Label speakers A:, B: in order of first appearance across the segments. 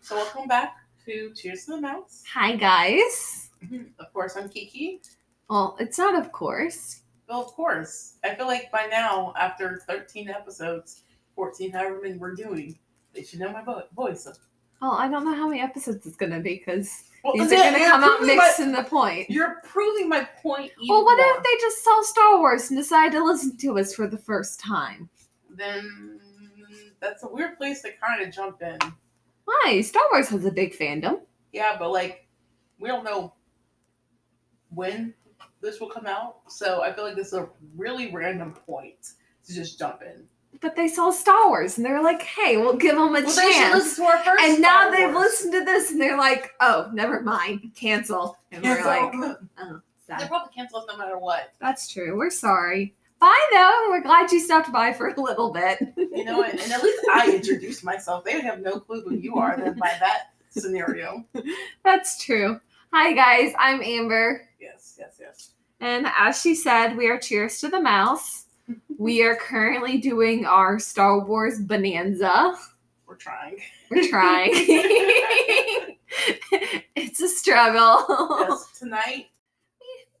A: So welcome back to Cheers to the Mouse. Mm-hmm.
B: Hi, guys.
A: Of course, I'm Kiki.
B: Well, it's not, of course.
A: Well, of course. I feel like by now, after 13 episodes, 14, however many we're doing, they should know my vo- voice.
B: Well, I don't know how many episodes it's going to be because
A: Well,
B: these are
A: yeah,
B: going to
A: you're
B: come out
A: proving my-
B: mixing the point.
A: You're proving my point. even
B: Well, what
A: more.
B: if they just saw Star Wars and decide to listen to us for the first time?
A: Then that's a weird place to kind of jump in.
B: Why? Star Wars has a big fandom.
A: Yeah, but like, we don't know when this will come out. So I feel like this is a really random point to just jump in.
B: But they saw Star Wars and they're like, hey, we'll give them a
A: Well, they should
B: chance.
A: listen to our first.
B: And now
A: Star
B: they've
A: Wars.
B: listened to this and they're like, oh, never mind, cancel. And
A: Cancel.
B: we're like, oh,
A: They're
B: sad.
A: probably cancel us no matter what.
B: That's true. We're sorry. Bye, though. We're glad you stopped by for a little bit.
A: You know, and, and at least I introduced myself. They would have no clue who you are then by that scenario.
B: That's true. Hi, guys. I'm Amber.
A: Yes, yes, yes.
B: And as she said, we are Cheers to the Mouse. We are currently doing our Star Wars Bonanza.
A: We're trying.
B: We're trying. it's a struggle. Who
A: Yes, tonight,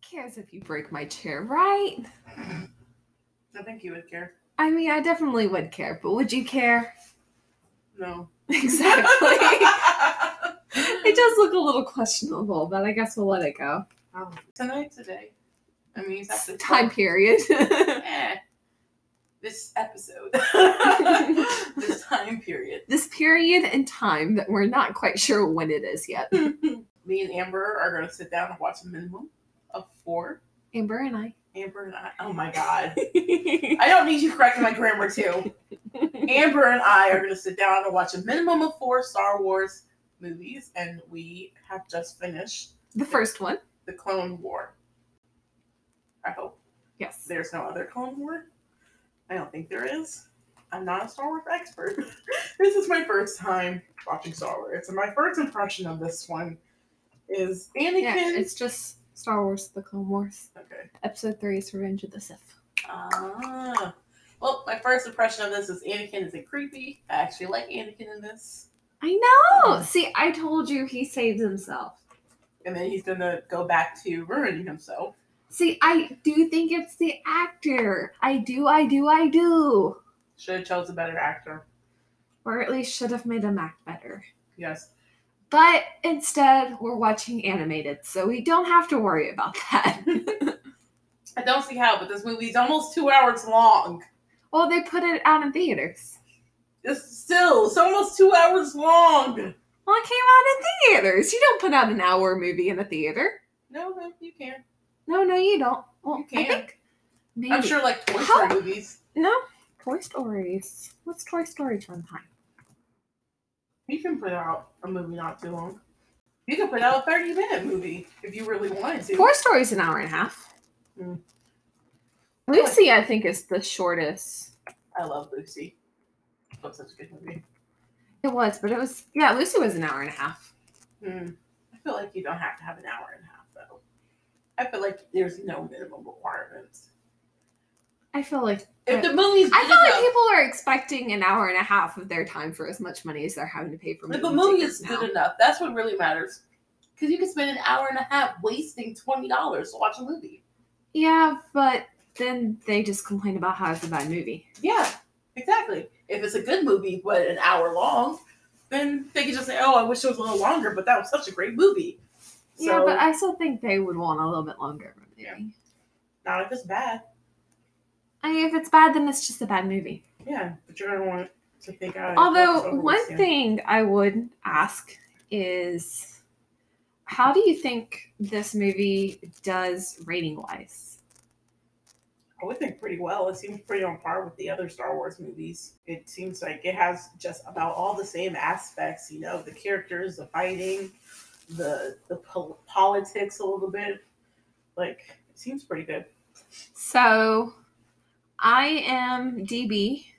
B: cares if you break my chair, right?
A: I think you would care.
B: I mean, I definitely would care, but would you care?
A: No.
B: Exactly. it does look a little questionable, but I guess we'll let it go.
A: Um, tonight, today. I mean, you have to
B: Time period.
A: Eh, this episode. this time period.
B: this period in time that we're not quite sure when it is yet.
A: Me and Amber are going to sit down and watch a minimum of four.
B: Amber and I.
A: Amber and I. Oh my God. I don't need you correcting my grammar too. Amber and I are going to sit down and watch a minimum of four Star Wars movies, and we have just finished
B: the first one.
A: the Clone War. I hope
B: Yes.
A: there's no other Clone War. I don't think there is. I'm not a Star Wars expert. this is my first time watching Star Wars, and my first impression of this one is Anakin.
B: Yeah, it's just Star Wars The Clone Wars.
A: okay.
B: Episode 3 is Revenge of the Sith.
A: Ah. Well, my first impression of this is Anakin isn't creepy. I actually like Anakin in this.
B: I know! See, I told you he saves himself.
A: and then he's gonna go back to ruining himself.
B: See, I do think it's the actor. I do, I do, I do.
A: Should have chose a better actor.
B: Or at least should have made him act better.
A: Yes.
B: But instead, we're watching animated, so we don't have to worry about that.
A: I don't see how, but this movie's almost two hours long.
B: well, they put it out in theaters.
A: It's still, it's almost two hours long.
B: Well, it came out in theaters. You don't put out an hour movie in a theater.
A: No, no, you can't.
B: No, no, you don't. Well,
A: You can.
B: I think maybe.
A: I'm sure like Toy
B: How-
A: Story movies.
B: No, Toy Stories. What's Toy Stories one time?
A: You can put out a movie not too long. You can put out a 30 minute movie if you really wanted to.
B: Toy Stories an hour and a half.
A: Mm.
B: Lucy, I think, is the shortest.
A: I love Lucy. That's such a good movie.
B: It was, but it was yeah. Lucy was an hour and a half.
A: Hmm. I feel like you don't have to have an hour and a half though. I feel like there's no minimum requirements.
B: I feel like
A: If the movie's
B: I
A: good
B: feel
A: enough-
B: like people are expecting an hour and a half of their time for as much money as they're having to pay for.
A: If a
B: movie
A: movie
B: tickets
A: is
B: now.
A: good enough, that's what really matters. Because you can spend an hour and a half wasting twenty dollars to watch a movie.
B: Yeah, but then they just complain about how it's a bad movie.
A: Yeah, exactly. If it's a good movie but an hour long, then they can just say, "Oh, I wish it was a little longer, but that was such a great movie." So,
B: yeah, but I still think they would want a little bit longer. of a
A: Yeah.
B: movie.
A: not if it's bad.
B: I mean, if it's bad, then it's just a bad movie.
A: Yeah, but you're gonna want to think. out.
B: Although one thing I would ask is how do you think this movie does rating wise?
A: I would think pretty well. It seems pretty on par with the other Star Wars movies. It seems like it has just about all the same aspects, you know, the characters, the fighting, the the pol- politics a little bit. Like it seems pretty good.
B: So I am DB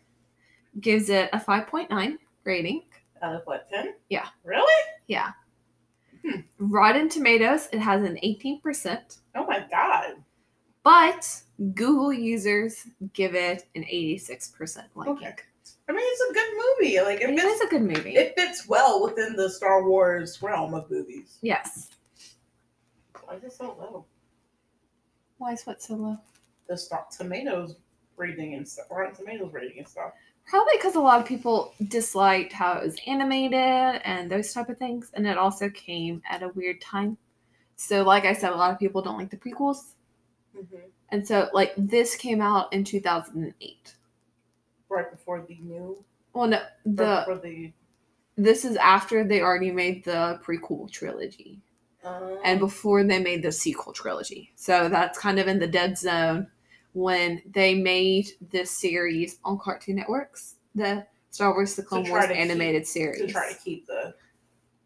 B: gives it a 5.9 rating.
A: Out of Uh, what ten?
B: Yeah. Hmm.
A: Really?
B: Rotten Tomatoes, it has an 18%,
A: Oh my god.
B: but Google users give it an 86% liking.
A: Okay. I mean, it's a good movie. Like it
B: It
A: fits,
B: is a good movie.
A: it fits well within the Star Wars realm of movies.
B: yes.
A: Why is it so low?
B: Why is what so low?
A: The Star Tomatoes rating and stuff. Rotten Tomatoes rating and stuff.
B: Probably because a lot of people disliked how it was animated and those type of things, and it also came at a weird time. So, like I said, a lot of people don't like the prequels, and so like this came out in two thousand and eight.
A: Right before the new.
B: Well, no,
A: Right
B: the
A: before the.
B: this is after they already made the prequel trilogy
A: Um,
B: and before they made the sequel trilogy. So that's kind of in the dead zone when they made this series on Cartoon Networks, the Star Wars: The Clone
A: try
B: Wars
A: to keep-
B: animated series.
A: to try to keep the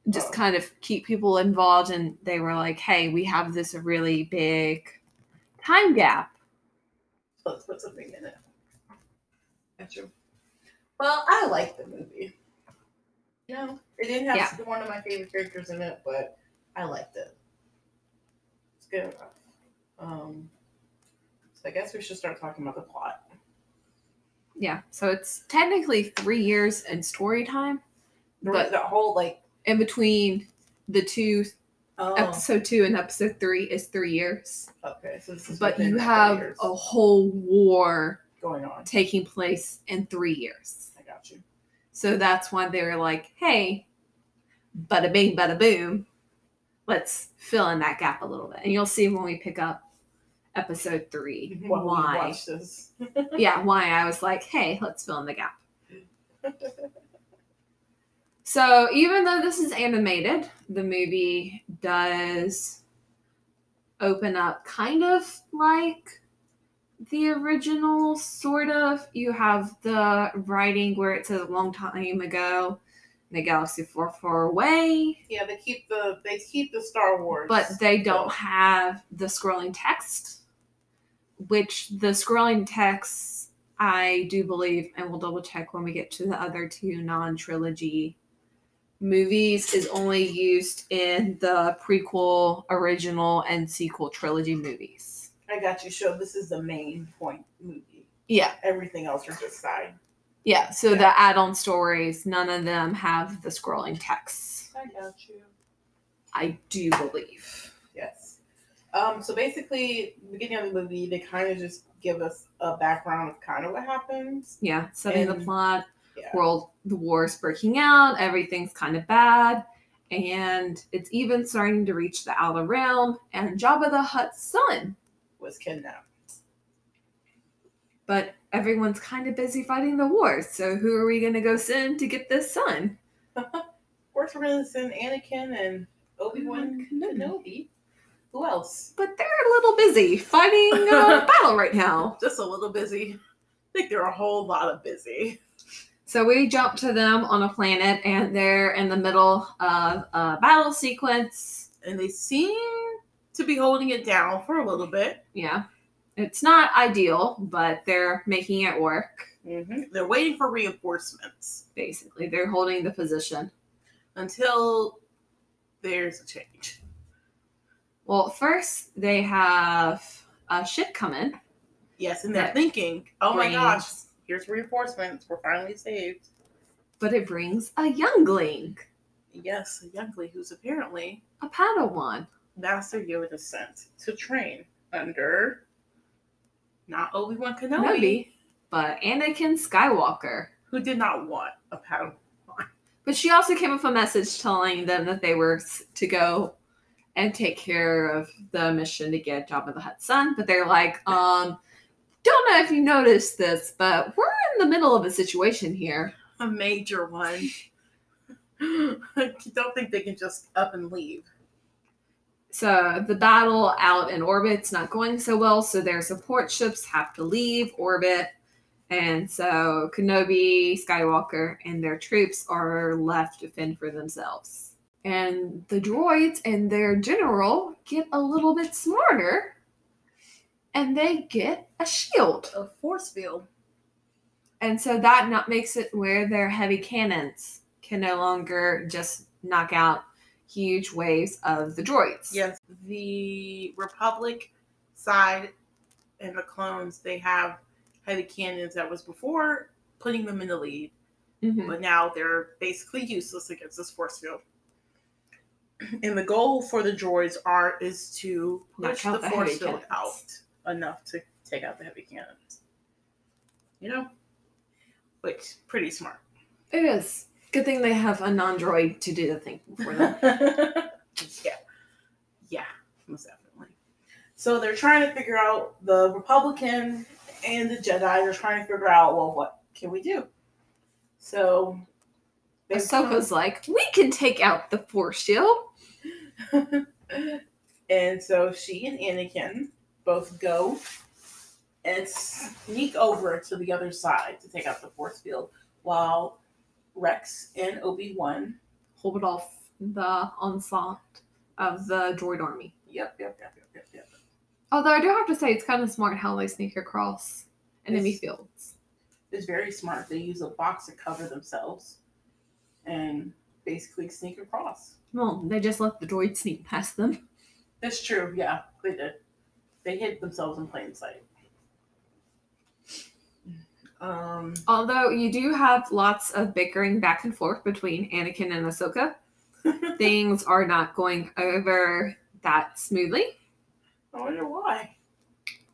B: just
A: Oh.
B: kind of keep people involved and they were like hey we have this really big time gap
A: let's put something in it. Gotcha. Well, I like the movie. No, it didn't have
B: Yeah.
A: one of my favorite characters in it, but I liked it. It's good enough. Um, so I guess we should start talking about the plot.
B: yeah so it's technically three years in story time
A: There
B: But-
A: was that whole like
B: in between the two
A: oh,
B: episode two and episode three is three years
A: okay, so this is
B: but
A: within
B: you
A: the
B: have
A: years
B: a whole war
A: going on.
B: taking place in three years
A: I got you.
B: so that's why they were like hey bada bing bada boom let's fill in that gap a little bit and you'll see when we pick up episode three
A: While we
B: why
A: watch this.
B: yeah, why I was like, hey, let's fill in the gap. so even though this is animated, the movie does open up kind of like the original, sort of. You have the writing where it says a long time ago in a galaxy far, far away,
A: Yeah, they keep the they keep the Star Wars,
B: but they don't have the scrolling text, which the scrolling text, I do believe, and we'll double check when we get to the other two non trilogy movies, is only used in the prequel, original, and sequel trilogy movies.
A: I got you. So this is the main point movie.
B: Yeah,
A: Everything else are just side.
B: yeah. So the add on stories, none of them have the scrolling text,
A: I got you.
B: I do believe.
A: Yes. Um, so basically, beginning of the movie, they kind of just give us a background of kind of what happens.
B: Yeah, setting the
A: And-
B: plot.
A: Yeah.
B: World, the war's breaking out. Everything's kind of bad, and it's even starting to reach the outer realm. And Jabba the Hutt's son,
A: Was kidnapped.
B: but everyone's kind of busy fighting the war. So who are we gonna go send to get this son?
A: Of course, we're gonna send Anakin and Obi Wan
B: Obi-Wan
A: Kenobi. Who else?
B: But they're a little busy fighting a battle right now.
A: Just a little busy. I think they're a whole lot of busy.
B: So we jump to them on a planet, and they're in the middle of a battle sequence.
A: And they seem to be holding it down for a little bit.
B: Yeah, it's not ideal, but they're making it work.
A: Mm-hmm. They're waiting for reinforcements
B: basically. They're holding the position.
A: until there's a change.
B: Well, first they have a ship come in.
A: Yes, and they're
B: That
A: thinking, oh my
B: brings-
A: gosh, here's reinforcements. We're finally saved.
B: But it brings a youngling,
A: Yes, a youngling who's apparently
B: a Padawan.
A: Master Yoda sent to train under not Obi Wan Kenobi,
B: Kenobi, but Anakin Skywalker.
A: who did not want a Padawan.
B: But she also came up with a message telling them that they were s- to go and take care of the mission to get Jabba the Hutt's son. But they're like, um, don't know if you noticed this, but we're in the middle of a situation here.
A: A major one. I don't think they can just up and leave.
B: So the battle out in orbit's not going so well, so their support ships have to leave orbit. And so Kenobi, Skywalker, and their troops are left to fend for themselves. And the droids and their general get a little bit smarter and they get a shield.
A: A force field.
B: And so that not makes it where their heavy cannons can no longer just knock out huge waves of the droids.
A: Yes, the Republic side and the clones, they have heavy cannons that was before putting them in the lead.
B: Mhm.
A: but now they're basically useless against this force field. And the goal for the droids are is to
B: Knock
A: push
B: out
A: the
B: the
A: force
B: heavy
A: field
B: cannons.
A: out enough to take out the heavy cannons. You know, which pretty smart.
B: It is. Good thing they have a non droid to do the thinking for them.
A: yeah, yeah, most definitely. So they're trying to figure out the Republican and the Jedi. They're trying to figure out well, what can we do? So they've come-
B: Ahsoka's like, we can take out the force shield.
A: and so she and Anakin both go and sneak over to the other side to take out the force field while Rex and Obi Wan.
B: Hold off the onslaught of the droid army.
A: Yep, yep, yep, yep, yep, yep.
B: Although I do have to say, it's kind of smart how they sneak across enemy
A: Yes.
B: fields.
A: It's very smart. They use a box to cover themselves and basically sneak across.
B: Well, they just let the droid sneak past them.
A: That's true. Yeah, they did. They hid themselves in plain sight. Um.
B: Although you do have lots of bickering back and forth between Anakin and Ahsoka, things are not going over that smoothly.
A: I wonder why.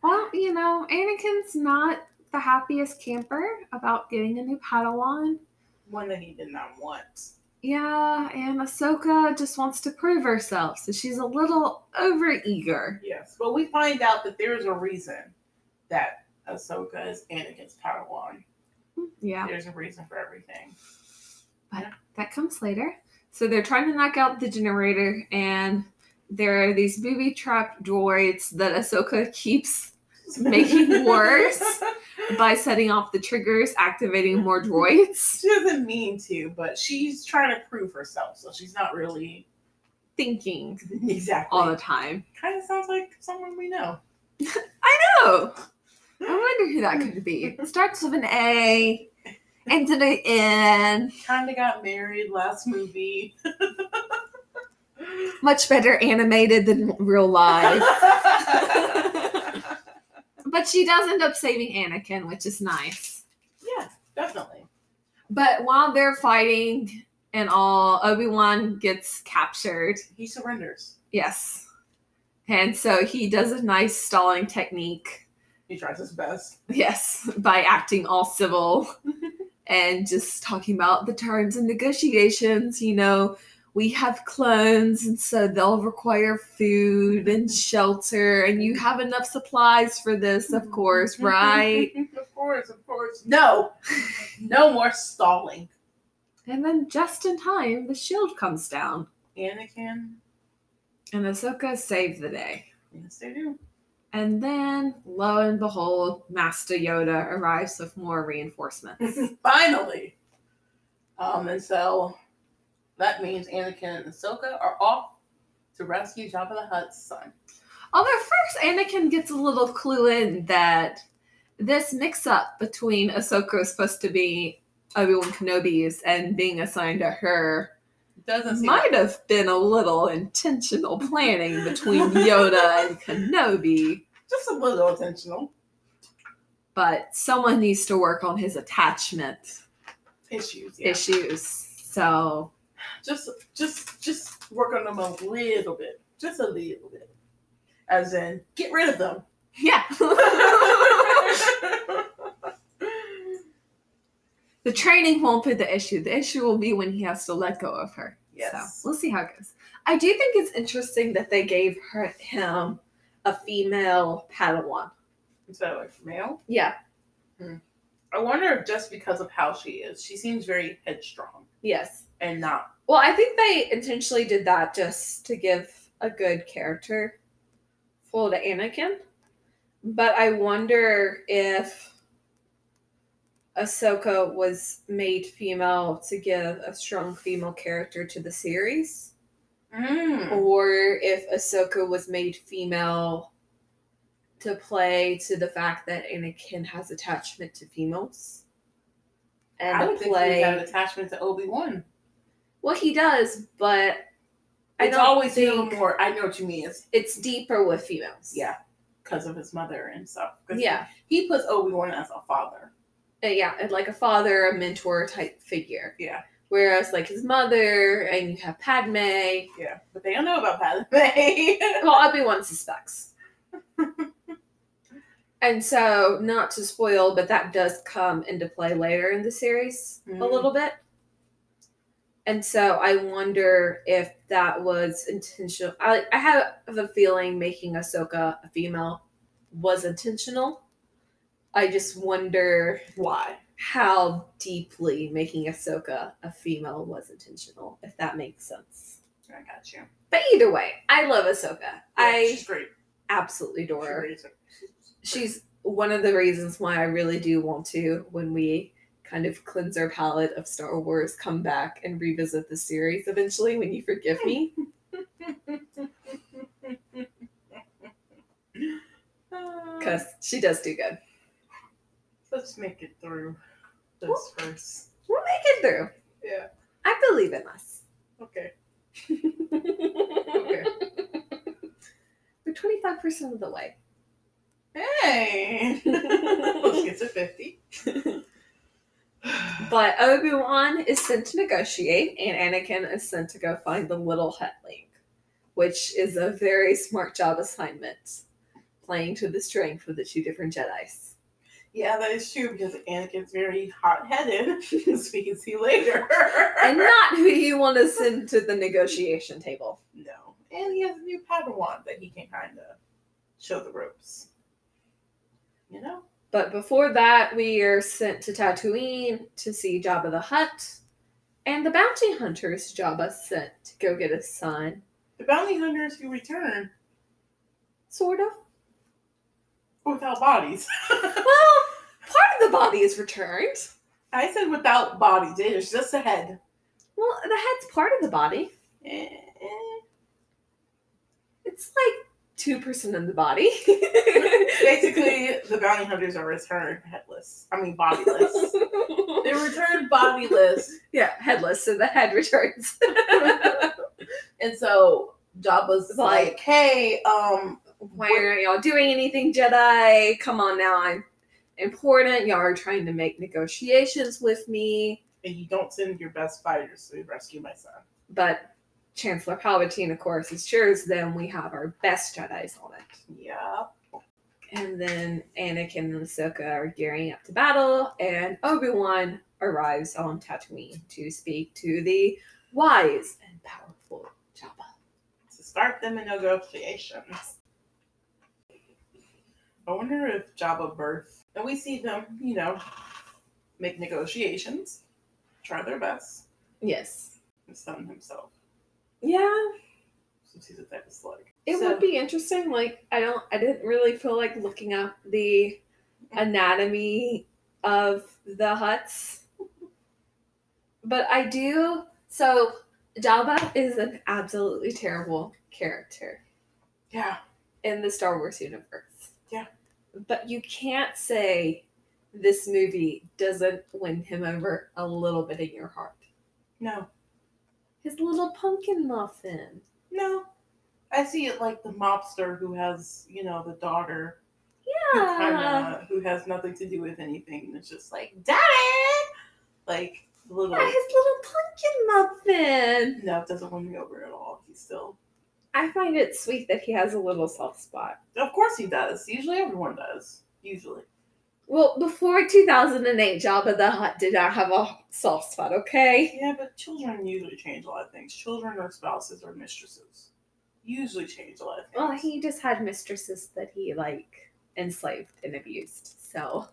B: Well, you know, Anakin's not the happiest camper about getting a new Padawan.
A: One that he did not want.
B: Yeah, and Ahsoka just wants to prove herself, so she's a little overeager.
A: Yes, but we find out that there is a reason that Ahsoka is Anakin's Padawan.
B: Yeah,
A: There's a reason for everything.
B: that comes later. So they're trying to knock out the generator, and there are these booby trap droids that Ahsoka keeps Making worse. by setting off the triggers, activating more droids.
A: she doesn't mean to, but she's trying to prove herself, so she's not really
B: Thinking
A: exactly.
B: all the time.
A: kind of sounds like someone we know.
B: Oh, I wonder who that could be. It starts with an A, ends in an N.
A: Kind of got married last movie.
B: Much better animated than real life.
A: yeah,
B: But she does end up saving Anakin, which is nice.
A: definitely.
B: But while they're fighting and all, Obi Wan gets captured.
A: He surrenders.
B: Yes. And so he does a nice stalling technique.
A: He tries his best.
B: Yes, by acting all civil and just talking about the terms and negotiations. You know, we have clones, and so they'll require food and shelter, and you have enough supplies for this,
A: Mm-hmm.
B: of course, right?
A: of course, of course. No, no more stalling.
B: And then just in time, the shield comes down,
A: Anakin,
B: and Ahsoka saved the day.
A: yes, they do.
B: And then, lo and behold, Master Yoda arrives with more reinforcements.
A: Finally. Um, and so that means Anakin and Ahsoka are off to rescue Jabba the Hutt's son.
B: Although first, Anakin gets a little clue in that this mix-up between Ahsoka is supposed to be Obi Wan Kenobi's and being assigned to her
A: Doesn't seem
B: might have been a little intentional planning between Yoda and Kenobi.
A: just a little intentional.
B: But someone needs to work on his attachment
A: Issues, yeah.
B: issues. So
A: Just just just work on them a little bit. Just a little bit. As in, get rid of them.
B: yeah. the training won't be the issue. The issue will be when he has to let go of her.
A: Yes.
B: So we'll see how it goes. I do think it's interesting that they gave her him a female Padawan.
A: So like male?
B: Yeah.
A: I wonder if just because of how she is, she seems very headstrong
B: Yes.
A: and not
B: Well, I think they intentionally did that just to give a good character full to Anakin. But I wonder if Ahsoka was made female to give a strong female character to the series.
A: Mm. Oh,
B: or if Ahsoka was made female to play to the fact that Anakin has attachment to females. And
A: I would
B: to
A: think he
B: play.
A: had an attachment to Obi Wan.
B: well, he does, but I
A: It's
B: don't
A: always
B: think
A: been more. I know what you mean. It's
B: it's deeper with females.
A: yeah, because of his mother and stuff. 'Cause
B: Yeah.
A: he puts Obi Wan as a father.
B: uh, yeah, and like a father, a mentor type figure.
A: Yeah.
B: Whereas like his mother, and you have Padme.
A: Yeah, but they don't know about Padme.
B: Well, Obi Wan suspects. and so, not to spoil, but that does come into play later in the series a
A: Mhm.
B: little bit. And so, I wonder if that was intentional. I, I have a feeling making Ahsoka a female was intentional. I just wonder
A: Why?
B: how deeply making Ahsoka a female was intentional, if that makes sense.
A: I got you.
B: But either way, I love Ahsoka.
A: Yeah,
B: I
A: she's great.
B: absolutely adore
A: She
B: her.
A: raised her.
B: She's one of the reasons why I really do want to, when we kind of cleanse our palette of Star Wars, come back and revisit the series eventually when you forgive me.
A: Uh,
B: Because she does do good.
A: Let's make it through this first.
B: We'll make it through.
A: Yeah.
B: I believe in us.
A: Okay.
B: We're
A: Okay.
B: 25% of the way.
A: hey. Let's get to fifty.
B: But Obi Wan is sent to negotiate, and Anakin is sent to go find the little Hetlink, which is a very smart job assignment, playing to the strength of the two different Jedi's.
A: yeah, that is true because Anakin's very hot-headed, as we can see later.
B: And not who you want to send to the negotiation table.
A: No. And he has a new Padawan that he can kind of show the ropes. You know?
B: But before that, we are sent to Tatooine to see Jabba the Hutt, and the bounty hunters Jabba sent to go get his son.
A: The bounty hunters who return
B: Sort of.
A: without bodies.
B: Well, part of the body is returned.
A: I said without bodies. It is just a head.
B: Well, the head's part of the body.
A: Eh, eh.
B: It's like two percent of the body.
A: Basically, the bounty hunters are returned headless. I mean, bodiless. they returned bodiless.
B: yeah, headless. So the head returns.
A: And so Jabba's
B: Like-
A: like, hey, um,
B: Why aren't y'all doing anything, Jedi? Come on now, I'm important. Y'all are trying to make negotiations with me,
A: and you don't send your best fighters to rescue my son.
B: but Chancellor Palpatine, of course, assures them we have our best Jedi's on it.
A: Yeah.
B: And then Anakin and Ahsoka are gearing up to battle, and Obi Wan arrives on Tatooine to speak to the wise and powerful Jabba.
A: to start them in negotiations. I wonder if Jabba birth, and we see them, you know, make negotiations, try their best,
B: Yes.
A: and stun himself.
B: Yeah,
A: So see what that is like.
B: it
A: So-
B: would be interesting. Like, I don't, I didn't really feel like looking up the anatomy of the huts, but I do. So Jabba is an absolutely terrible character.
A: Yeah.
B: in the Star Wars universe.
A: Yeah.
B: But you can't say this movie doesn't win him over a little bit in your heart.
A: No.
B: His little pumpkin muffin.
A: No. I see it like the mobster who has, you know, the daughter who,
B: Yeah.
A: kinda, who has nothing to do with anything. And it's just like, Daddy! Like, little.
B: Yeah, his little pumpkin muffin.
A: No, it doesn't win me over at all. He's still.
B: I find it sweet that he has a little soft spot.
A: Of course he does. Usually everyone does. Usually.
B: Well, before 2008, Jabba the Hutt did not have a soft spot, okay?
A: Yeah, but children usually change a lot of things. Children or spouses or mistresses usually change a lot of things.
B: Well, he just had mistresses that he, like, enslaved and abused, so.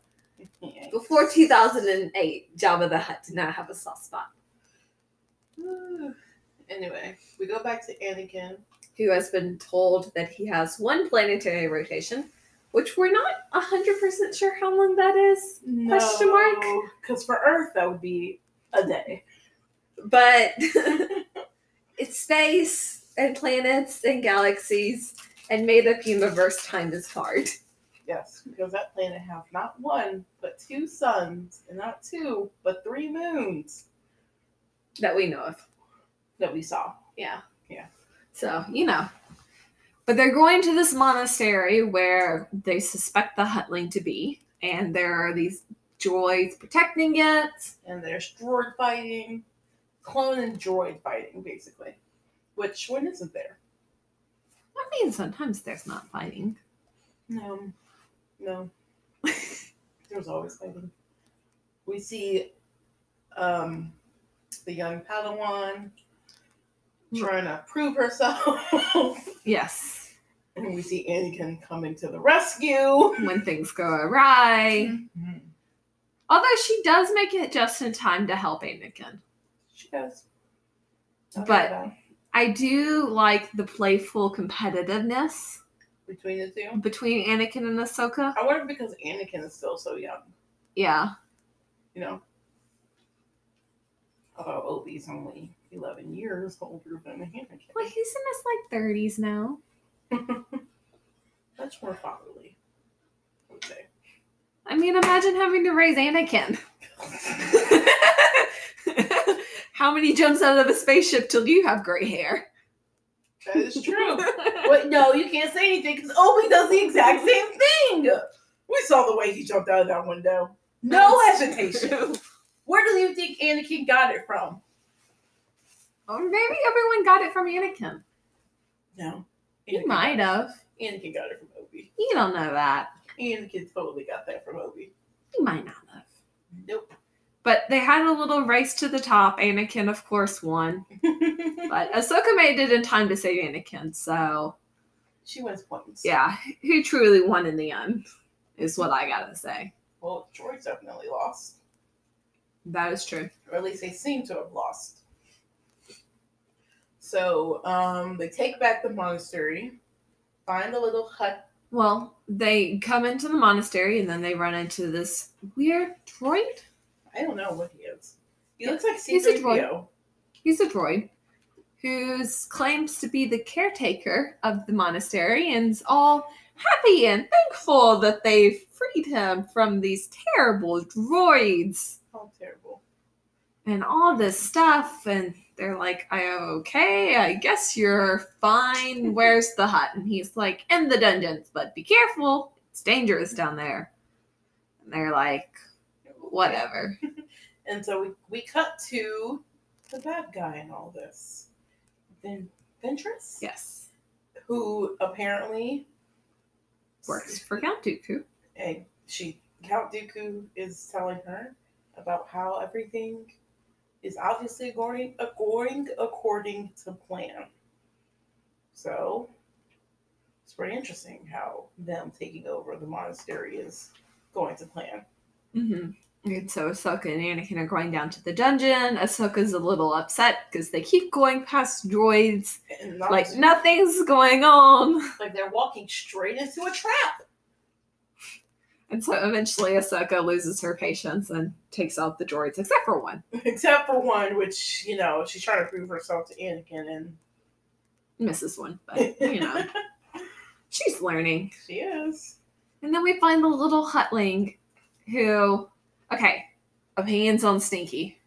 A: Yeah.
B: Before 2008, Jabba the Hutt did not have a soft spot.
A: Ooh. Anyway, we go back to Anakin.
B: Who has been told that he has one planetary rotation, which we're not 100% sure how long that is,
A: No,
B: Question mark?
A: Because for Earth, that would be a day.
B: but it's space and planets and galaxies and made up universe time is hard.
A: Yes, because that planet has not one, but two suns, and not two, but three moons
B: That we know of.
A: that we saw.
B: Yeah.
A: Yeah.
B: So, you know. But they're going to this monastery where they suspect the Hutling to be, and there are these droids protecting it.
A: and there's droid fighting, clone and droid fighting, basically. Which one isn't there?
B: I mean, sometimes there's not fighting.
A: No, no. There's always fighting. We see um, the young Padawan trying to prove herself,
B: Yes,
A: and we see Anakin coming to the rescue. Mm-hmm.
B: when things go awry. Although she does make it just in time to help Anakin.
A: She does. Not
B: But-
A: bad
B: I do like the playful competitiveness
A: between the two,
B: between Anakin and Ahsoka.
A: I wonder because Anakin is still so young,
B: Yeah.
A: you know. Although Obi's only eleven years older than Anakin.
B: Well, he's in his like 30s now.
A: Much more fatherly, I would say.
B: I mean, imagine having to raise Anakin. How many jumps out of a spaceship till you have gray hair?
A: That is true. Wait, no, you can't say anything because Obi does the exact same thing. We saw the way he jumped out of that window. No hesitation. Where do you think Anakin got it from?
B: Or maybe everyone got it from Anakin.
A: No.
B: He might have.
A: Anakin got it from Obi.
B: You don't know that.
A: Anakin totally got that from Obi.
B: He might not have.
A: Nope.
B: But they had a little race to the top. Anakin, of course, won. But Ahsoka made it in time to save Anakin. So,
A: she wins points.
B: yeah, who truly won in the end is what I gotta say.
A: Well, droids definitely lost.
B: That is true.
A: Or at least they seem to have lost. So, um, they take back the monastery, find a little hut.
B: Well, they come into the monastery and then they run into this weird droid.
A: I don't know what he is. He looks like
B: He's a
A: C-3PO.
B: He's a droid who claims to be the caretaker of the monastery and is all happy and thankful that they freed him from these terrible droids
A: Oh, terrible.
B: and all this stuff. And they're like, I okay, I guess you're fine. Where's the hut? And he's like, in the dungeons, but be careful. It's dangerous down there. And they're like, whatever.
A: And so we, we cut to the bad guy in all this. Then Ventress?
B: Yes.
A: Who apparently
B: Works for Count Dooku.
A: And she Count Dooku is telling her about how everything is obviously going going according to plan. So it's pretty interesting how them taking over the monastery is going to plan.
B: hmm And so Ahsoka and Anakin are going down to the dungeon. Ahsoka's a little upset because they keep going past droids.
A: And not
B: Like,
A: just-
B: nothing's going on.
A: like they're walking straight into a trap.
B: And so eventually Ahsoka loses her patience and takes out the droids, except for one.
A: Except for one, which, you know, she's trying to prove herself to Anakin and
B: Misses one, but you know, she's learning.
A: she is.
B: And then we find the little hutling who, okay, opinions on Stinky.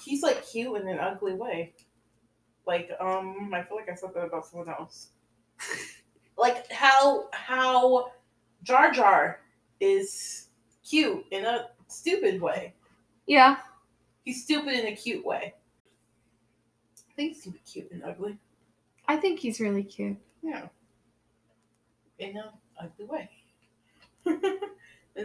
A: He's like cute in an ugly way. Like, um, I feel like I said that about someone else. like how how Jar Jar is cute in a stupid way.
B: Yeah,
A: He's stupid in a cute way. I think he's stupid, cute and ugly.
B: I think he's really cute.
A: Yeah. In a ugly way. and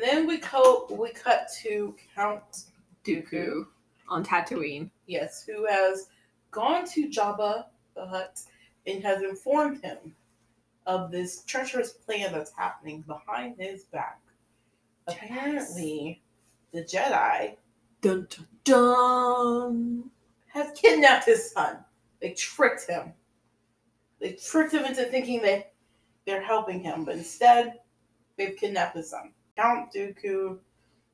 A: then we co- we cut to Count Dooku.
B: Dooku on Tatooine.
A: Yes, who has gone to Jabba the Hutt and has informed him of this treacherous plan that's happening behind his back.
B: Yes.
A: Apparently, the Jedi
B: Dun dun dun.
A: have kidnapped his son. They tricked him. They tricked him into thinking that they're helping him, but instead, they've kidnapped his son. Count Dooku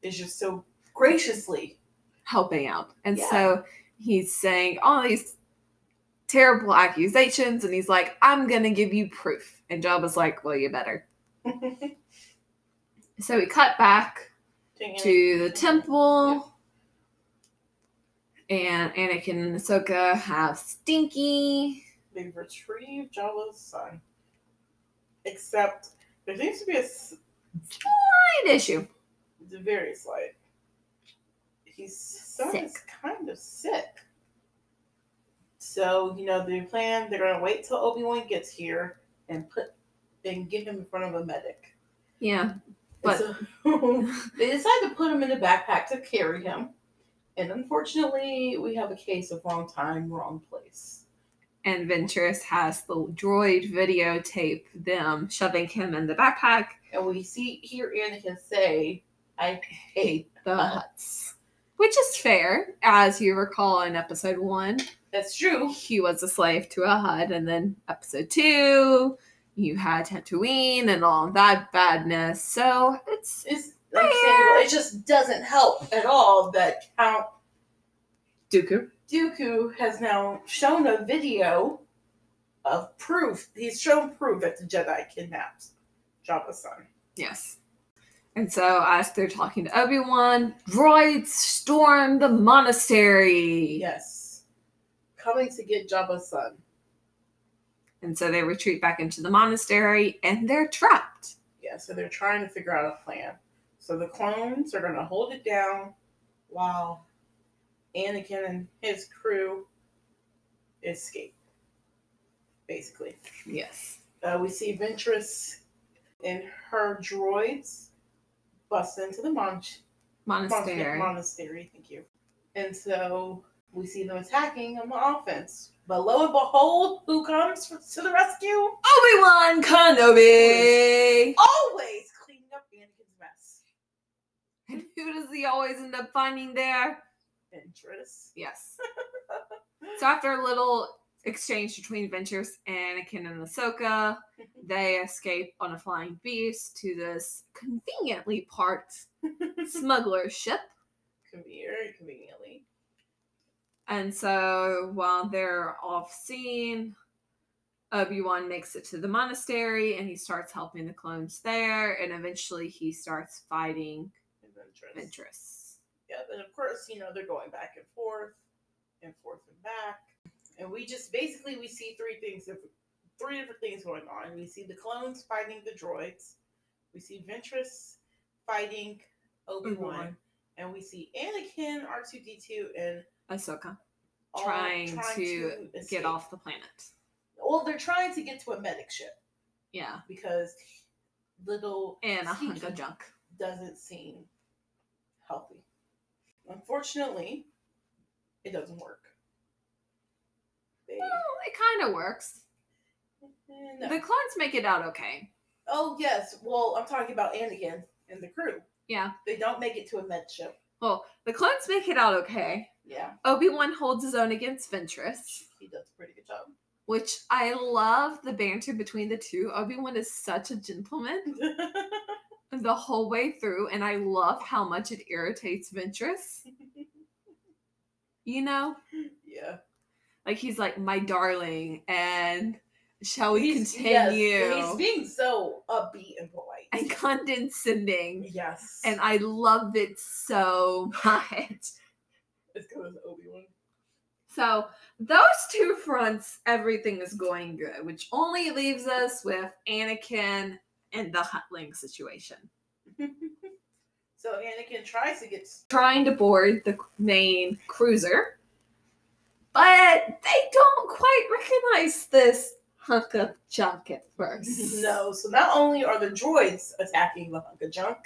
A: is just so graciously
B: helping out. And
A: Yeah.
B: so he's saying all these terrible accusations and he's like, I'm gonna give you proof. And Jabba's like, Well, you better. So we cut back to the temple. And Anakin and Ahsoka have Stinky.
A: they retrieve Jabba's son. Except there seems to be a s-
B: Slight issue.
A: it's a very slight. He's son
B: Sick.
A: is kind of sick. So you know they plan. They're gonna wait till Obi Wan gets here and put and get him in front of a medic.
B: Yeah.
A: And
B: But-
A: so they decide to put him in a backpack to carry him. And unfortunately, we have a case of wrong time, wrong place.
B: and Ventress has the droid videotape them shoving him in the backpack.
A: And we see here Anakin say, "I hate."
B: the huts. Which is fair, as you recall in episode one,
A: That's true.
B: he was a slave to a hut, and then episode two, you had Tatooine and all that badness. So it's
A: It's understandable. It just doesn't help at all that Count
B: Dooku.
A: Dooku has now shown a video of proof. He's shown proof that the Jedi kidnapped Jabba's son.
B: Yes. And so as they're talking to Obi Wan, droids storm the monastery.
A: Yes. Coming to get Jabba's son.
B: And so they retreat back into the monastery and they're trapped.
A: Yeah, so they're trying to figure out a plan. So the clones are going to hold it down while Anakin and his crew escape, basically.
B: Yes.
A: Uh, we see Ventress and her droids bust into the mon-
B: Monastery.
A: monastery. Thank you. And so we see them attacking on the offense. But lo and behold, who comes to the rescue?
B: Obi Wan Kenobi!
A: Always cleaning up Anakin's mess.
B: And who does he always end up finding there?
A: Ventress.
B: Yes. so after a little exchange between Ventures, Anakin and Ahsoka, they escape on a flying beast to this conveniently parked smuggler ship.
A: Could be very conveniently.
B: And so while they're off scene, Obi Wan makes it to the monastery and he starts helping the clones there. And eventually he starts fighting
A: Ventress.
B: Ventress.
A: Yeah, and of course, you know, they're going back and forth and forth and back. And we just basically we see three things of three different things going on. We see the clones fighting the droids, we see Ventress fighting Obi-Wan,
B: Obi-Wan.
A: and we see Anakin, R2D2, and
B: Ahsoka
A: all
B: Trying
A: to, escape.
B: get off the planet.
A: Well, they're trying to get to a medic ship
B: Yeah.
A: because little
B: and a hunk
A: Sneaky
B: of junk.
A: doesn't seem healthy. Unfortunately, it doesn't work. They,
B: Well, it kind of works.
A: Eh,
B: The
A: no.
B: clones make it out okay.
A: oh yes, well I'm talking about Anakin and the crew.
B: Yeah.
A: They don't make it to a med ship.
B: Well, the clones make it out okay.
A: Yeah,
B: Obi Wan holds his own against Ventress,
A: he does a pretty good job.
B: which I love the banter between the two. Obi Wan is such a gentleman the whole way through, and I love how much it irritates Ventress. you know,
A: yeah.
B: like he's like, my darling, and shall we
A: He's- yes,
B: continue?
A: he's being so upbeat and polite.
B: and condescending.
A: Yes.
B: and I loved it so much.
A: it's because of Obi Wan.
B: So those two fronts, everything is going good, which only leaves us with Anakin and the Hutling situation.
A: so Anakin tries to get
B: Trying to board the main cruiser, but they don't quite recognize this hunk of junk at first.
A: No, so not only are the droids attacking the hunk of junk,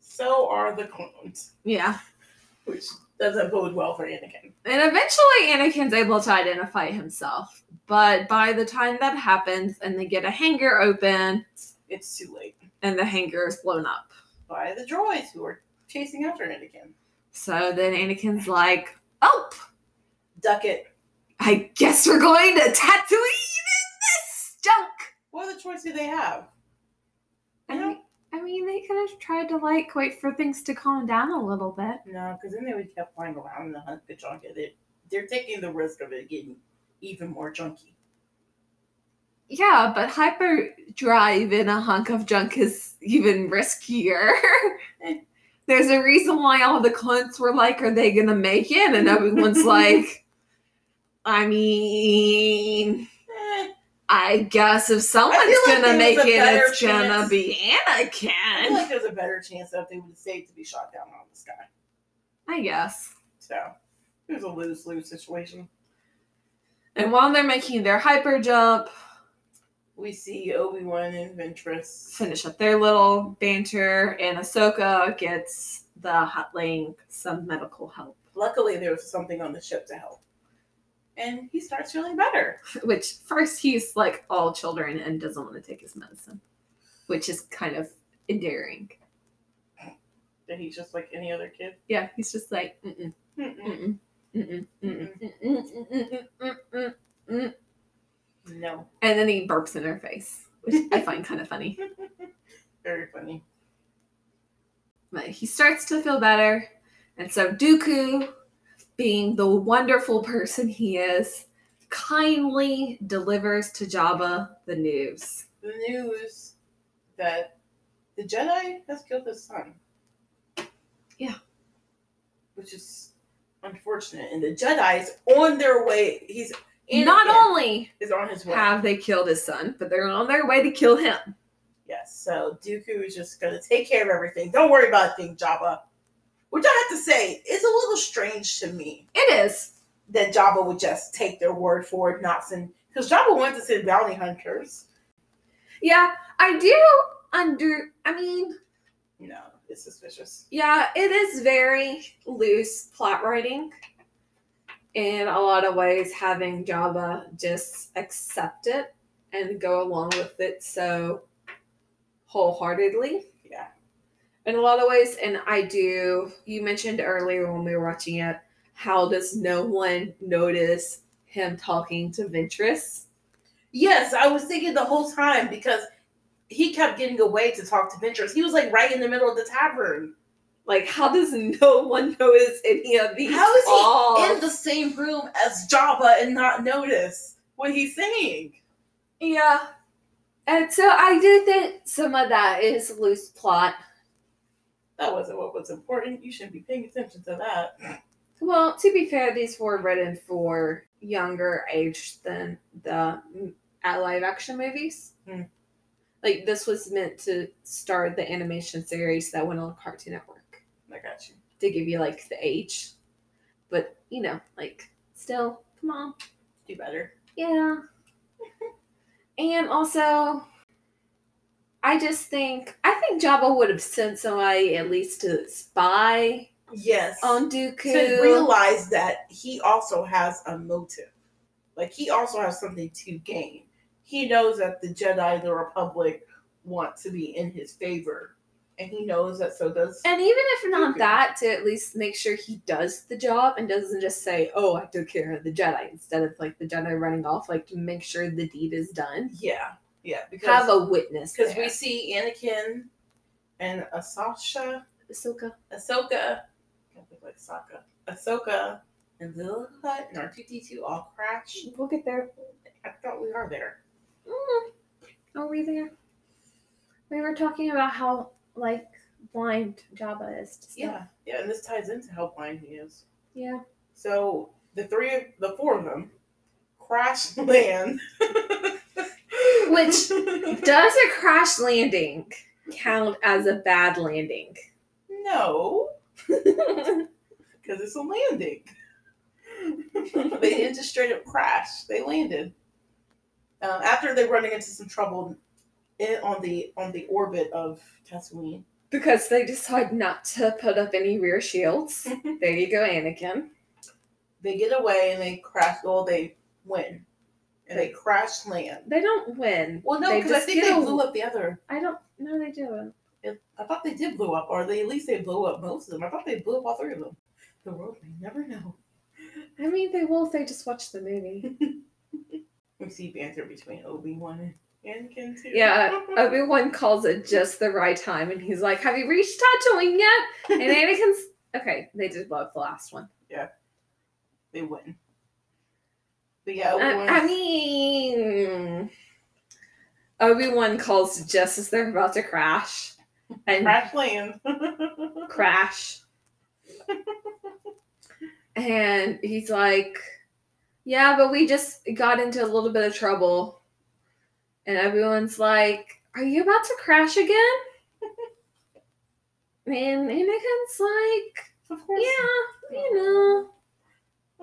A: so are the clones,
B: Yeah.
A: which doesn't bode well for Anakin.
B: And eventually Anakin's able to identify himself. But by the time that happens and they get a hangar open
A: It's too late
B: and the hangar is blown up.
A: by the droids who are chasing after Anakin.
B: So then Anakin's like, Oh,
A: Duck it.
B: I guess we're going to Tatooine in this junk.
A: What other choice do they have?
B: I mean, I mean they could have tried to like wait for things to calm down a little bit.
A: No, because then they would kept flying around in the hunk of junk. and They, they're taking the risk of it getting even more junky.
B: Yeah, but hyperdrive in a hunk of junk is even riskier. There's a reason why all the clones were like, "Are they gonna make it?" And everyone's like, "I mean,
A: Eh,
B: I guess if someone's
A: like
B: gonna
A: there
B: make
A: was a
B: it,
A: better
B: it's gonna
A: chance.
B: be
A: I feel like
B: Anakin."
A: there's a better chance that they would have saved to be shot down on the sky.
B: I guess.
A: So it was a lose lose situation.
B: And while they're making their hyper jump,
A: We see Obi Wan and Ventress.
B: finish up their little banter, and Ahsoka gets the Hotling some medical help,
A: Luckily, there was something on the ship to help, and he starts feeling better.
B: which first he's like all children and doesn't want to take his medicine, which is kind of endearing.
A: That he's just like any other kid.
B: Yeah, he's just like, mm-mm,
A: Mm-mm.
B: mm-mm, mm-mm, mm-mm, mm-mm, mm-mm, mm-mm, mm-mm.
A: No,
B: and then he burps in her face, which I find kind of funny.
A: very funny.
B: But he starts to feel better. And so Dooku, being the wonderful person he is, kindly delivers to Jabba the news.
A: The news that the Jedi has killed his son.
B: Yeah.
A: Which is unfortunate, and the Jedi is on their way. He's
B: Not
A: Anakin
B: only
A: is on his way.
B: have they killed his son, but they're on their way to kill him.
A: Yes, so Dooku is just gonna take care of everything. Don't worry about a thing, Jabba. Which I have to say is a little strange to me
B: It is.
A: that Jabba would just take their word for it, not send because Jabba wanted to send bounty hunters.
B: Yeah, I do under. I mean,
A: No, it's suspicious.
B: yeah, it is very loose plot writing. In a lot of ways, having Jabba just accept it and go along with it so wholeheartedly.
A: Yeah.
B: In a lot of ways, and I do. You mentioned earlier when we were watching it, how does no one notice him talking to Ventress?
A: Yes, I was thinking the whole time because he kept getting away to talk to Ventress. He was like right in the middle of the tavern.
B: Like, how does no one notice any of these?
A: How is he
B: calls?
A: in the same room as Jabba and not notice what he's saying?
B: Yeah. And so I do think some of that is loose plot.
A: That wasn't what was important. You shouldn't be paying attention to that.
B: Well, to be fair, these were written for younger age than the mm, uh, live action movies.
A: Hmm.
B: Like this was meant to start the animation series that went on Cartoon Network
A: I got you.
B: to give you like the age, but you know, like still, come on,
A: Do better.
B: Yeah. and also, I just think I think Jabba would have sent somebody at least to spy
A: Yes.
B: on Dooku.
A: to realize that he also has a motive. Like he also has something to gain. He knows that the Jedi, the Republic, want to be in his favor, and he knows that. So does
B: and even if not
A: Dooku.
B: that, to at least make sure he does the job and doesn't just say, "Oh, I took care of the Jedi," instead of like the Jedi running off. Like to make sure the deed is done.
A: yeah, yeah.
B: Have
A: Because
B: a witness.
A: because
B: there.
A: we see Anakin and Asasha,
B: Ahsoka.
A: Ahsoka, I think like Sokka, Ahsoka, and Zilla Hut and R two D two all crash.
B: We'll get there.
A: I thought we are there.
B: Mm. Are we there? We were talking about how like blind Jabba is. To stuff.
A: Yeah, yeah. And this ties into how blind he is.
B: Yeah.
A: So the three of the four of them crash land.
B: Which- Does a crash landing count as a bad landing?
A: no, because it's a landing. they didn't just straight up crash. They landed. Um, after they're running into some trouble in, on the on the orbit of Tatooine.
B: because they decide not to put up any rear shields.
A: Mm-hmm.
B: there you go, Anakin.
A: They get away and they crash. Well, they win, and they crash land.
B: They don't win.
A: Well, no,
B: They
A: because I
B: just
A: think
B: get
A: they
B: a-
A: blew up the other
B: I don't. No, they do.
A: If- I thought they did blow up, or they at least they blew up most of them. I thought they blew up all three of them. The world may never know.
B: I mean, they will if they just watch the movie.
A: We see banter between Obi Wan and Anakin too.
B: Yeah, uh, Obi Wan calls it just the right time, and he's like, "Have you reached Tatooine yet?" And Anakin's okay. They did love the last one.
A: they win. But yeah, Obi
B: I,
A: Wan.
B: I mean, Obi Wan calls just as they're about to crash, and
A: crash land.
B: crash. and he's like, Yeah, but we just got into a little bit of trouble. And everyone's like, Are you about to crash again? and Anakin's like,
A: Of course.
B: Yeah, you know,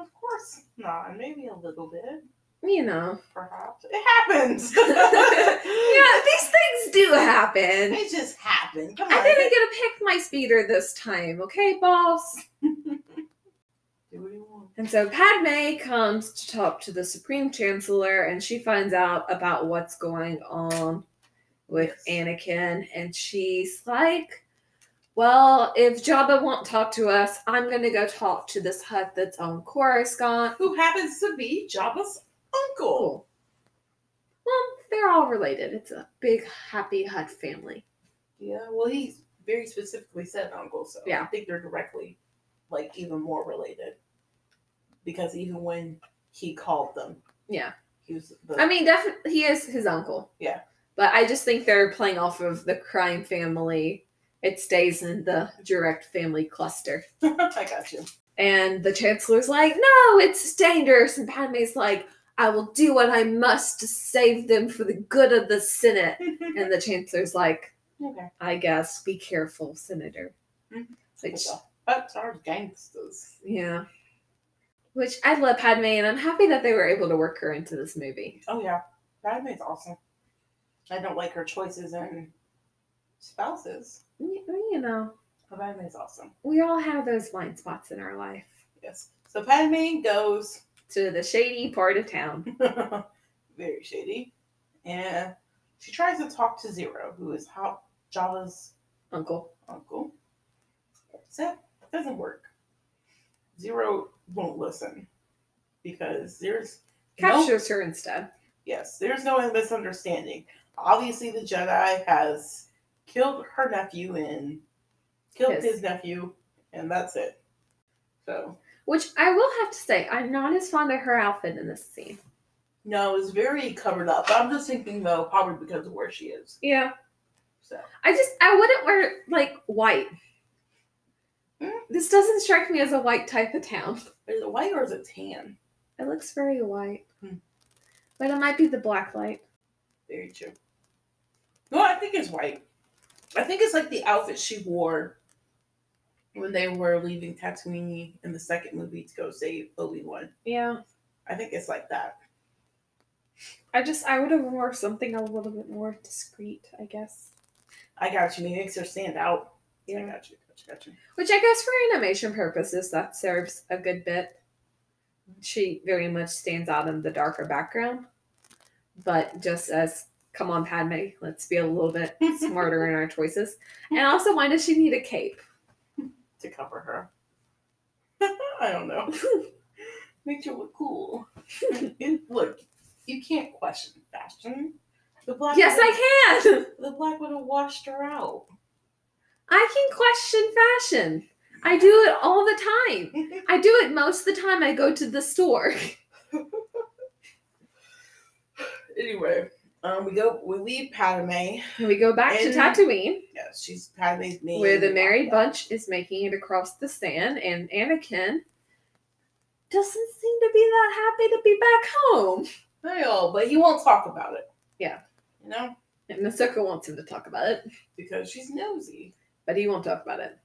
A: Of course not. Maybe a little bit,
B: you know.
A: perhaps. It happens.
B: Yeah, these things do happen.
A: It just happened. Come on.
B: I didn't get to pick my speeder this time, okay, boss?
A: Do what you want.
B: And so Padme comes to talk to the Supreme Chancellor and she finds out about what's going on with
A: Yes.
B: Anakin. And she's like, Well, if Jabba won't talk to us, I'm going to go talk to this hut that's on Coruscant.
A: Who happens to be Jabba's uncle?
B: Cool. Well, they're all related. It's a big, happy hut family.
A: Yeah. Well, he very specifically said uncle, so I
B: Yeah.
A: think they're directly, like, even more related. Because even when he called them,
B: Yeah.
A: he was. The,
B: I mean, definitely, he is his uncle.
A: Yeah.
B: But I just think they're playing off of the crime family. It stays in the direct family cluster.
A: I got you.
B: And the chancellor's like, no, it's dangerous. And Padme's like, I will do what I must to save them for the good of the Senate. And the chancellor's like,
A: okay.
B: I guess, be careful, Senator.
A: Mhm. What
B: Which,
A: the fucks are gangsters?
B: yeah. Which I love Padme, and I'm happy that they were able to work her into this movie.
A: Oh yeah, Padme's awesome. I don't like her choices and spouses,
B: Y- You know,
A: but Padme's awesome.
B: we all have those blind spots in our life.
A: Yes. So Padme goes
B: To the shady part of town.
A: very shady, and she tries to talk to Zero, who is how Java's
B: Uncle.
A: uncle. Except it doesn't work. Zero won't listen because there's no
B: Captures her instead.
A: Yes, there's no misunderstanding. Obviously, the Jedi has killed her nephew and killed
B: His.
A: his, nephew, and that's it. So,
B: Which I will have to say, I'm not as fond of her outfit in this scene.
A: no, it's very covered up. I'm just thinking, though, probably because of where she is.
B: Yeah.
A: So,
B: I just I wouldn't wear like white.
A: Mm.
B: This doesn't strike me as a white type of town.
A: is it white or is it tan?
B: It looks very white.
A: Hmm.
B: But it might be the black light.
A: Very true. No, I think it's white. I think it's like the outfit she wore when they were leaving Tatooine in the second movie to go save Obi Wan.
B: Yeah.
A: I think it's like that.
B: I just I would have worn something a little bit more discreet, I guess.
A: I got you. It makes her stand out. I
B: Yeah.
A: got you. Got you. Got you.
B: Which I guess for animation purposes that serves a good bit. She very much stands out in the darker background. But just as come on, Padme, let's be a little bit smarter in our choices. And also, why does she need a cape?
A: to cover her. I don't know. Makes her look cool. It- look, you can't question fashion. The black
B: Yes,
A: widow,
B: I can.
A: the black widow washed her out.
B: I can question fashion. I do it all the time. I do it most of the time I go to the store.
A: anyway, um, we go. We leave Padme.
B: And we go back
A: And-
B: to Tatooine,
A: Yes, she's Padme's name.
B: where the married bunch is making it across the sand, and Anakin doesn't seem to be that happy to be back home.
A: Well, but he won't talk about it.
B: Yeah.
A: you know,
B: And Ahsoka wants him to talk about it,
A: because she's nosy.
B: but he won't talk about it.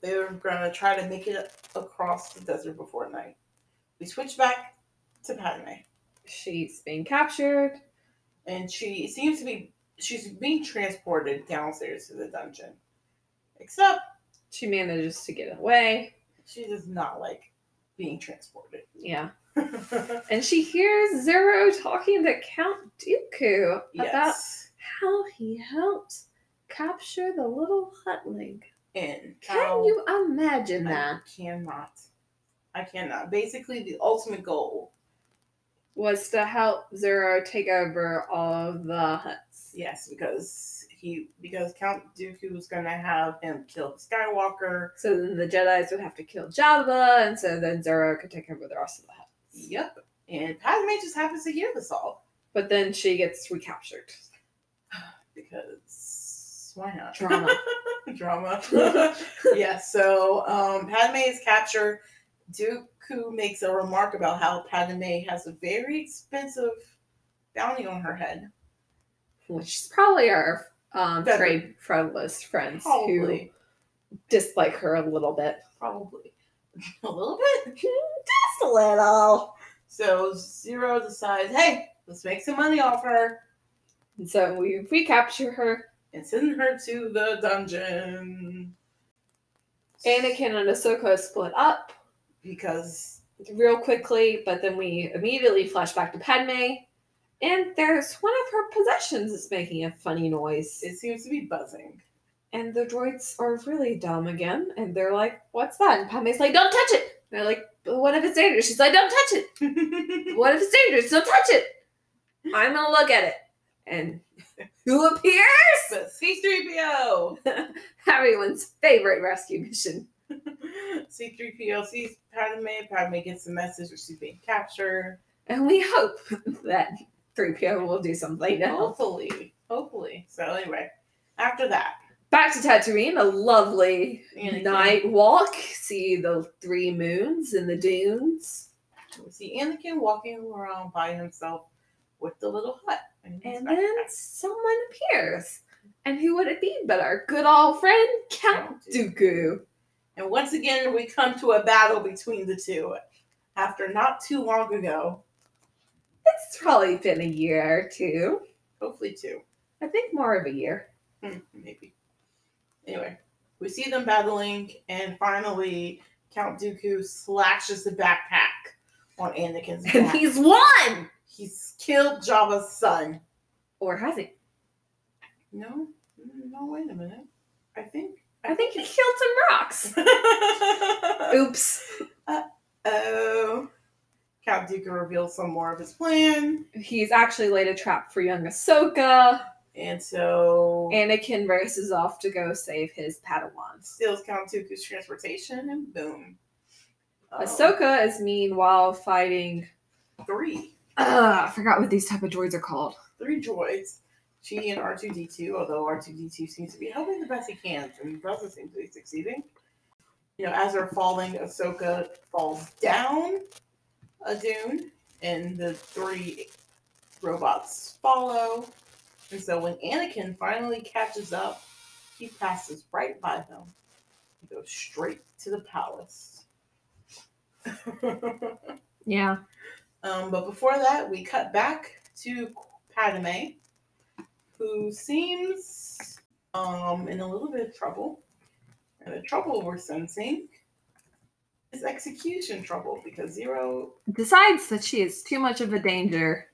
A: They're gonna try to make it across the desert before night. We switch back to Padme.
B: She's being captured.
A: and she seems to be she's being transported downstairs to the dungeon. Except
B: She manages to get away.
A: she does not like being transported.
B: Yeah. And she hears Zero talking to Count Dooku about
A: yes.
B: how he helped capture the little hutling.
A: and
B: Can
A: how-
B: you imagine
A: I
B: that?
A: cannot. I cannot. Basically, the ultimate goal.
B: Was to help Zero take over all of the huts.
A: Yes, because he because Count Dooku was gonna have him kill Skywalker.
B: So then the Jedi's would have to kill Jabba, and so then Zero could take over the rest of the hut.
A: Yep. And Padme just happens to hear this all
B: But then she gets recaptured.
A: because why not?
B: Drama.
A: drama. yeah, so um, Padme is captured. Dooku makes a remark about how Padme has a very expensive bounty on her head.
B: which is probably our um,
A: Feather.
B: trade friend list friends who
A: Probably.
B: dislike her a little bit.
A: Probably a little bit.
B: Just a little.
A: So Zero decides, hey, let's make some money off her
B: And so we recapture her.
A: and send her to the dungeon.
B: Anakin and Ahsoka split up
A: because
B: real quickly, but then we immediately flash back to Padme. And there's one of her possessions is making a funny noise.
A: it seems to be buzzing.
B: And the droids are really dumb again. And they're like, what's that? And Padme's like, don't touch it. And they're like, "But what if it's dangerous? She's like, don't touch it. What if it's dangerous? Don't touch it. I'm gonna look at it. And who appears?
A: But C3PO!
B: Everyone's favorite rescue mission.
A: C3PO sees Padme. Padme gets the message that she's being captured.
B: And we hope that 3PO will do something now.
A: Hopefully. Hopefully. So, anyway, after that,
B: Back to Tatooine, a lovely
A: Anakin.
B: night walk. See the three moons and the dunes.
A: we see Anakin walking around by himself with the little hut. in his
B: And
A: backpack.
B: then someone appears. And who would it be but our good old friend Count Dooku?
A: And once again, we come to a battle between the two. After not too long ago,
B: It's probably been a year or two.
A: hopefully two,
B: I think more of a year.
A: Hmm, maybe. Anyway, we see them battling, and finally, Count Dooku slashes the backpack on Anakin's
B: And
A: back.
B: he's won!
A: He's killed Jabba's son.
B: Or has he?
A: No, no, wait a minute. I think.
B: I think he killed some rocks. Oops.
A: oh. Count Dooku reveals some more of his plan,
B: He's actually laid a trap for young Ahsoka.
A: and
B: Oh.
A: so
B: Anakin races off to go save his Padawans.
A: steals Count Dooku's transportation, and boom.
B: Oh.
A: Um,
B: Ahsoka is meanwhile fighting.
A: three,
B: Ugh, I forgot what these type of droids are called.
A: three droids. She and R two D two, although R two D two seems to be helping the best he can, and doesn't seem to be succeeding. You know, as they're falling, Ahsoka falls down a dune, and the three robots follow. And so when Anakin finally catches up, he passes right by them. He goes straight to the palace.
B: Yeah.
A: Um, but before that, we cut back to Padme, who seems um, in a little bit of trouble. And the trouble we're sensing is execution trouble because Zero
B: Decides that she is too much of a danger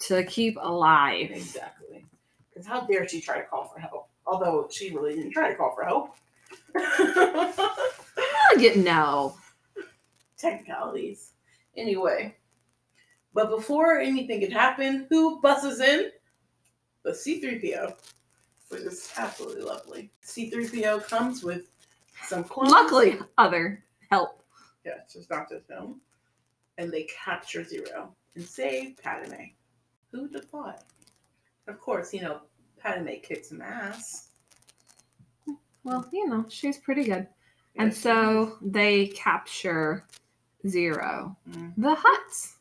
B: to keep alive.
A: exactly. Because how dare she try to call for help? Although she really didn't try to call for help.
B: I didn't know.
A: Technicalities. Anyway. But before anything could happen, who buses in? The C3PO, which is absolutely lovely. C3PO comes with some clones.
B: Luckily, other help.
A: Yeah, it's just not just him. And they capture Zero and save Padme. Who'd have thought? Of course, you know, Padme kicks some ass.
B: Well, you know, she's pretty good. And so they capture Zero.
A: Mhm.
B: The huts.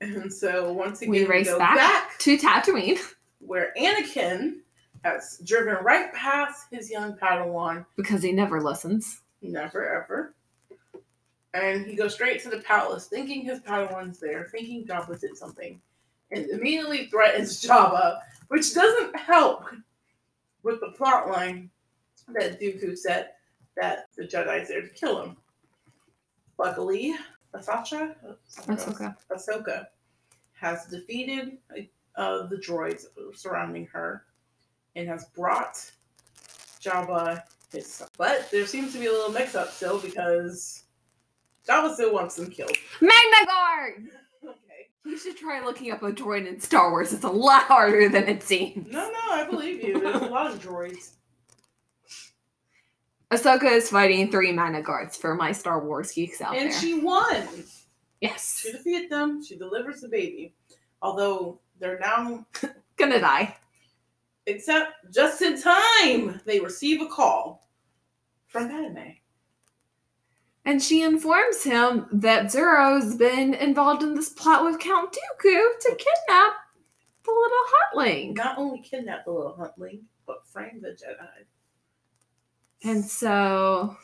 A: And so once again,
B: We race
A: go
B: back,
A: back
B: to Tatooine
A: where Anakin has driven right past his young Padawan,
B: because he never listens.
A: never ever. And he goes straight to the palace, thinking his Padawan's there, thinking Jabba did something, and immediately threatens Jabba, which doesn't help with the plot line that Dooku said that the Jedi's there to kill him. Luckily, Asasha,
B: That's okay.
A: Ahsoka has defeated uh, the droids surrounding her and has brought Jabba his son. But there seems to be a little mix up still because Jabba still wants them killed.
B: Magna Guard!
A: Okay.
B: You should try looking up a droid in Star Wars. It's a lot harder than it seems.
A: No, no, I believe you. There's a lot of droids.
B: Ahsoka is fighting three Magna Guards for my Star Wars geeks out
A: and
B: there.
A: she won.
B: yes.
A: She defeated them. She delivers the baby. Although they're now,
B: Gonna die.
A: except just in time, they receive a call from Padme.
B: And she informs him that Zero's been involved in this plot with Count Dooku to kidnap the little hotling.
A: not only kidnapped the little huntling, but framed the Jedi.
B: And so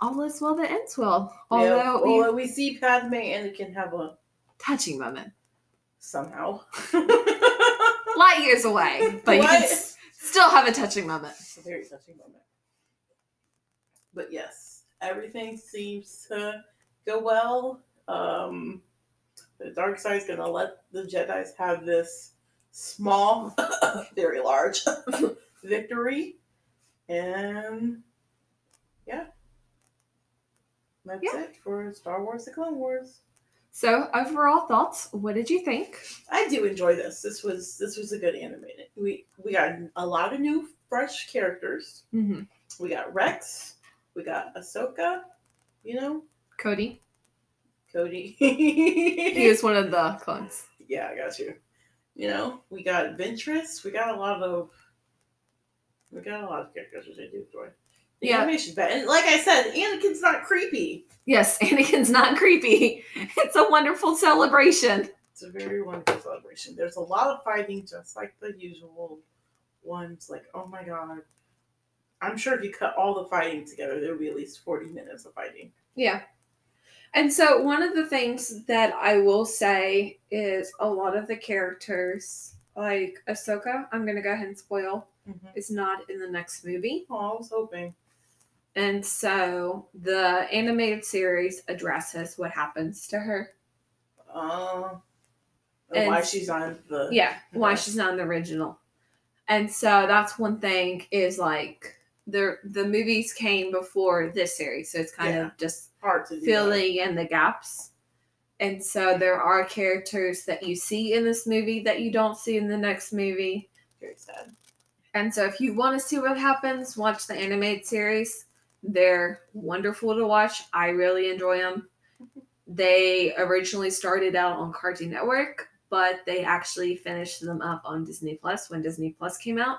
B: all is well that ends well. Although
A: yeah.
B: we
A: although we see Padme and can have a
B: touching moment.
A: somehow.
B: Light years away, but you can
A: What?
B: s- still have a touching moment.
A: It's a very touching moment. But yes, everything seems to go well. Um, the dark side's gonna let the Jedi's have this small, very large victory, and yeah, that's
B: Yeah.
A: it for Star Wars: The Clone Wars.
B: So overall thoughts, what did you think?
A: I do enjoy this. This was this was a good animated. We we got a lot of new fresh characters.
B: Mm-hmm.
A: We got Rex. We got Ahsoka. You know,
B: Cody,
A: Cody.
B: he was one of the clones.
A: yeah, I got you. You know, we got Ventress. We got a lot of. We got a lot of characters which I do enjoy. The
B: Yeah.
A: animation's bad. And like I said, Anakin's not creepy.
B: Yes, Anakin's not creepy. It's a wonderful celebration.
A: It's a very wonderful celebration. There's a lot of fighting, just like the usual ones. Like, oh my god. I'm sure if you cut all the fighting together, there would be at least 40 minutes of fighting.
B: Yeah. And so one of the things that I will say is a lot of the characters, like Ahsoka, I'm gonna go ahead and spoil, is not in the next movie.
A: Oh, I was hoping.
B: And so the animated series addresses what happens to her.
A: Uh, and
B: And-
A: why she's on the
B: Yeah, why
A: Okay.
B: she's not in the original. And so that's one thing is like the the movies came before this series, so it's kind
A: Yeah.
B: of just
A: hard to do that.
B: filling in the gaps. And so there are characters that you see in this movie that you don't see in the next movie.
A: Very sad.
B: And so if you want to see what happens, watch the animated series. They're wonderful to watch. I really enjoy them. They originally started out on Cartoon Network, but they actually finished them up on Disney Plus when Disney Plus came out.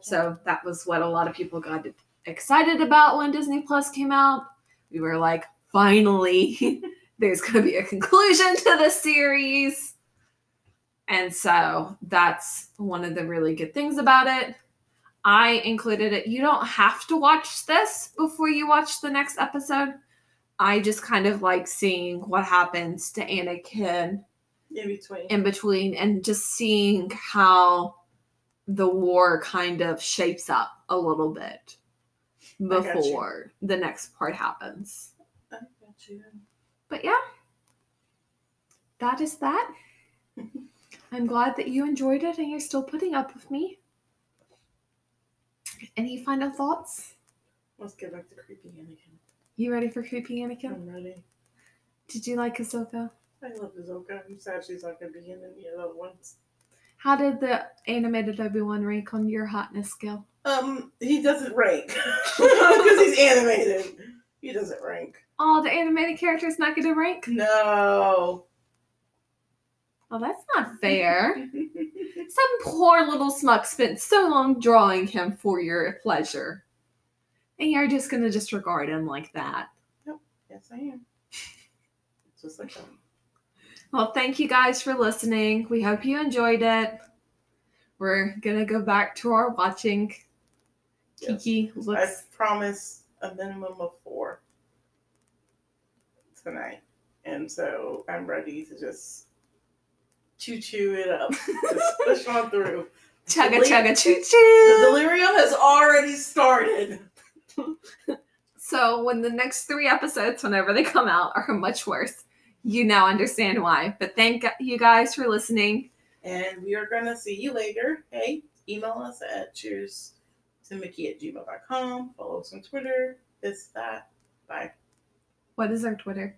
B: So that was what a lot of people got excited about when Disney Plus came out. We were like, finally, there's going to be a conclusion to the series. And so that's one of the really good things about it. I included it. You don't have to watch this before you watch the next episode. I just kind of like seeing what happens to Anakin
A: in between.
B: in between and just seeing how the war kind of shapes up a little bit
A: got you.
B: before the next part happens.
A: I got you.
B: But yeah, that is that. I'm glad that you enjoyed it and you're still putting up with me. Any final thoughts?
A: Let's get back to creepy Anakin.
B: You ready for creepy Anakin?
A: I'm ready.
B: Did you like Ahsoka?
A: I love Azoka. I'm sad she's not gonna be in any of the other ones.
B: How did the animated Obi Wan rank on your hotness scale?
A: Um, he doesn't rank because he's animated. He doesn't rank.
B: Oh, the animated character's not going to rank?
A: No.
B: Well, Oh, that's not fair. Some poor little smuck spent so long drawing him for your pleasure. And you're just gonna disregard him like that.
A: yes, I am. It's just like um,
B: Well, thank you guys for listening. We hope you enjoyed it. We're gonna go back to our watching.
A: yes.
B: Kiki
A: I
B: looks
A: promise a minimum of four tonight. And so I'm ready to just choo choo it up. just push on through.
B: chugga
A: delete-
B: chugga choo
A: The
B: choo.
A: delirium has already started.
B: So when the next three episodes, whenever they come out, are much worse, you now understand why. But thank you guys for listening.
A: And we are going to see you later. Hey, email us at cheers to Mickey at gmail.com. Follow us on Twitter. This, that. Bye.
B: What is our Twitter?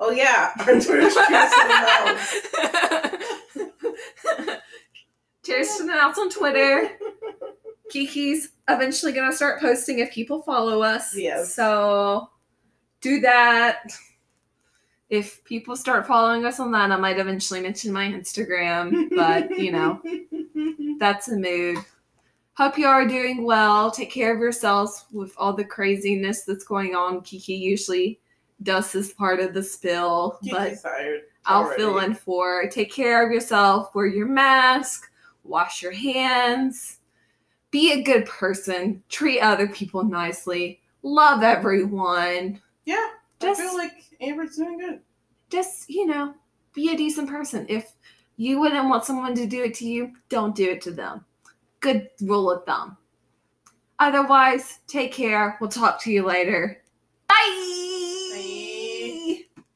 A: Oh, yeah. Our Twitter is cheers to the mouse.
B: Cheers to the mouse on Twitter. Kiki's eventually gonna start posting if people follow us.
A: Yes.
B: So do that. If people start following us on that, I might eventually mention my Instagram, but you know, that's a mood. Hope you are doing well. Take care of yourselves with all the craziness that's going on. Kiki usually does this part of the spill, but
A: Kiki's tired.
B: I'll
A: already.
B: fill in for. Take care of yourself, wear your mask, wash your hands, be a good person, treat other people nicely, love everyone.
A: Yeah,
B: Just-
A: I feel like Amber's doing good.
B: Just, you know, be a decent person. If you wouldn't want someone to do it to you, don't do it to them. Good rule of thumb. Otherwise, take care. We'll talk to you later. Bye.